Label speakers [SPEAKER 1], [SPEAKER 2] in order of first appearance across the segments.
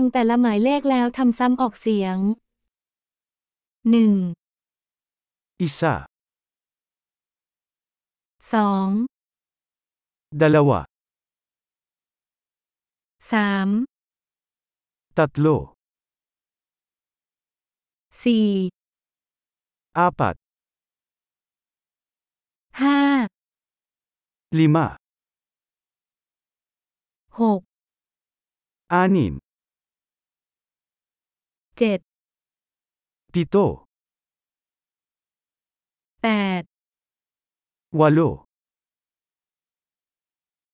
[SPEAKER 1] งแต่ละหมายเลขแล้วทำซ้ำออกเสียง หนึ่ง
[SPEAKER 2] Isa,
[SPEAKER 1] สอง
[SPEAKER 2] dalawa,
[SPEAKER 1] สาม
[SPEAKER 2] tatlo,
[SPEAKER 1] สี่
[SPEAKER 2] apat,
[SPEAKER 1] ห้า
[SPEAKER 2] lima,
[SPEAKER 1] หก
[SPEAKER 2] anim,
[SPEAKER 1] เจ็ด
[SPEAKER 2] pito,
[SPEAKER 1] แปด
[SPEAKER 2] walo,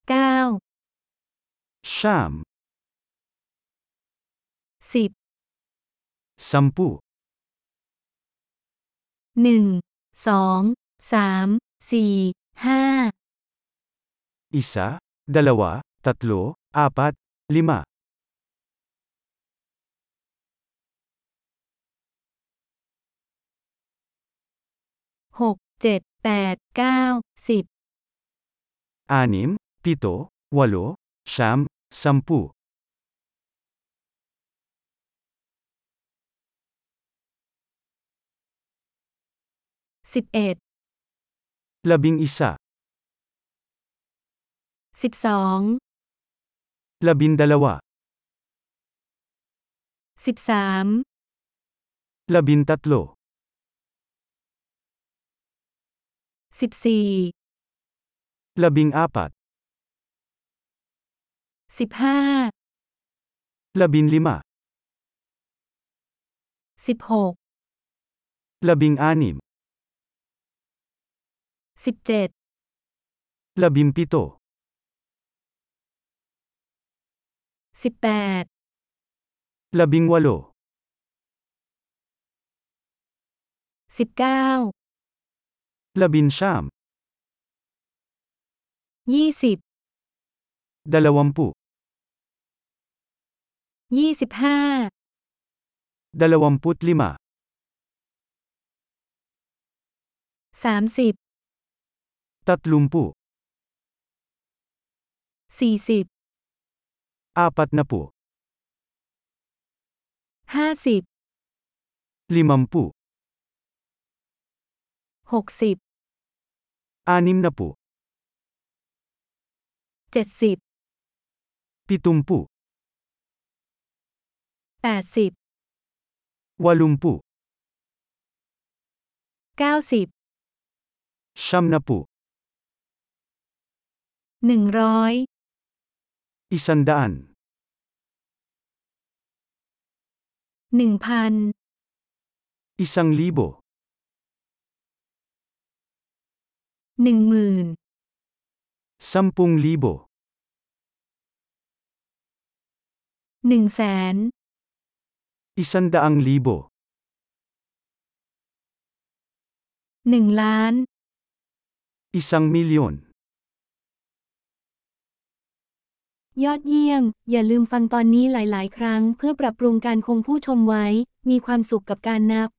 [SPEAKER 1] เก้า
[SPEAKER 2] siyam,
[SPEAKER 1] สิบ
[SPEAKER 2] sampu,
[SPEAKER 1] หนึ่ง สอง สาม สี่ ห้า
[SPEAKER 2] isa, dalawa, tatlo, apat, lima,
[SPEAKER 1] หก เจ็ด แปด เก้า สิบ
[SPEAKER 2] anim, pito, walo, siyam, sampu,
[SPEAKER 1] สิบเอ็ด
[SPEAKER 2] labing isa,
[SPEAKER 1] สิบสอง
[SPEAKER 2] labindalawa,
[SPEAKER 1] สิบสาม
[SPEAKER 2] labintatlo,
[SPEAKER 1] สิบสี่
[SPEAKER 2] labing apat,
[SPEAKER 1] สิบห้า
[SPEAKER 2] labinlima,
[SPEAKER 1] สิบหก
[SPEAKER 2] labing anim,
[SPEAKER 1] สิบเจ็ด
[SPEAKER 2] labimpito,
[SPEAKER 1] สิบแปด
[SPEAKER 2] labing walo,
[SPEAKER 1] สิบเก้า
[SPEAKER 2] labinsyam,
[SPEAKER 1] ยี่สิบ
[SPEAKER 2] dalawampu,
[SPEAKER 1] ยี่สิบห้า
[SPEAKER 2] dalawamput lima,
[SPEAKER 1] สามสิบ
[SPEAKER 2] tatlumpu,
[SPEAKER 1] สี่สิบ
[SPEAKER 2] apat na po,
[SPEAKER 1] ห้าสิบ
[SPEAKER 2] limampu,
[SPEAKER 1] หกสิบ
[SPEAKER 2] anim na po,
[SPEAKER 1] เจ็ดสิบ
[SPEAKER 2] pitumpu,
[SPEAKER 1] แปดสิบ
[SPEAKER 2] walumpu,
[SPEAKER 1] เก้าสิบ
[SPEAKER 2] siyam na po,
[SPEAKER 1] หนึ่งร้อย
[SPEAKER 2] isandaan,
[SPEAKER 1] หนึ่งพัน
[SPEAKER 2] isang libo,
[SPEAKER 1] หนึ่งหมื่น
[SPEAKER 2] sampung libo,
[SPEAKER 1] หนึ่งแสน
[SPEAKER 2] isandaang libo,
[SPEAKER 1] หนึ่งล้าน
[SPEAKER 2] isang milyon.
[SPEAKER 1] ยอดเยี่ยม อย่าลืมฟังตอนนี้หลาย ๆ ครั้ง เพื่อปรับปรุงการคงผู้ชมไว้ มีความสุขกับการนับ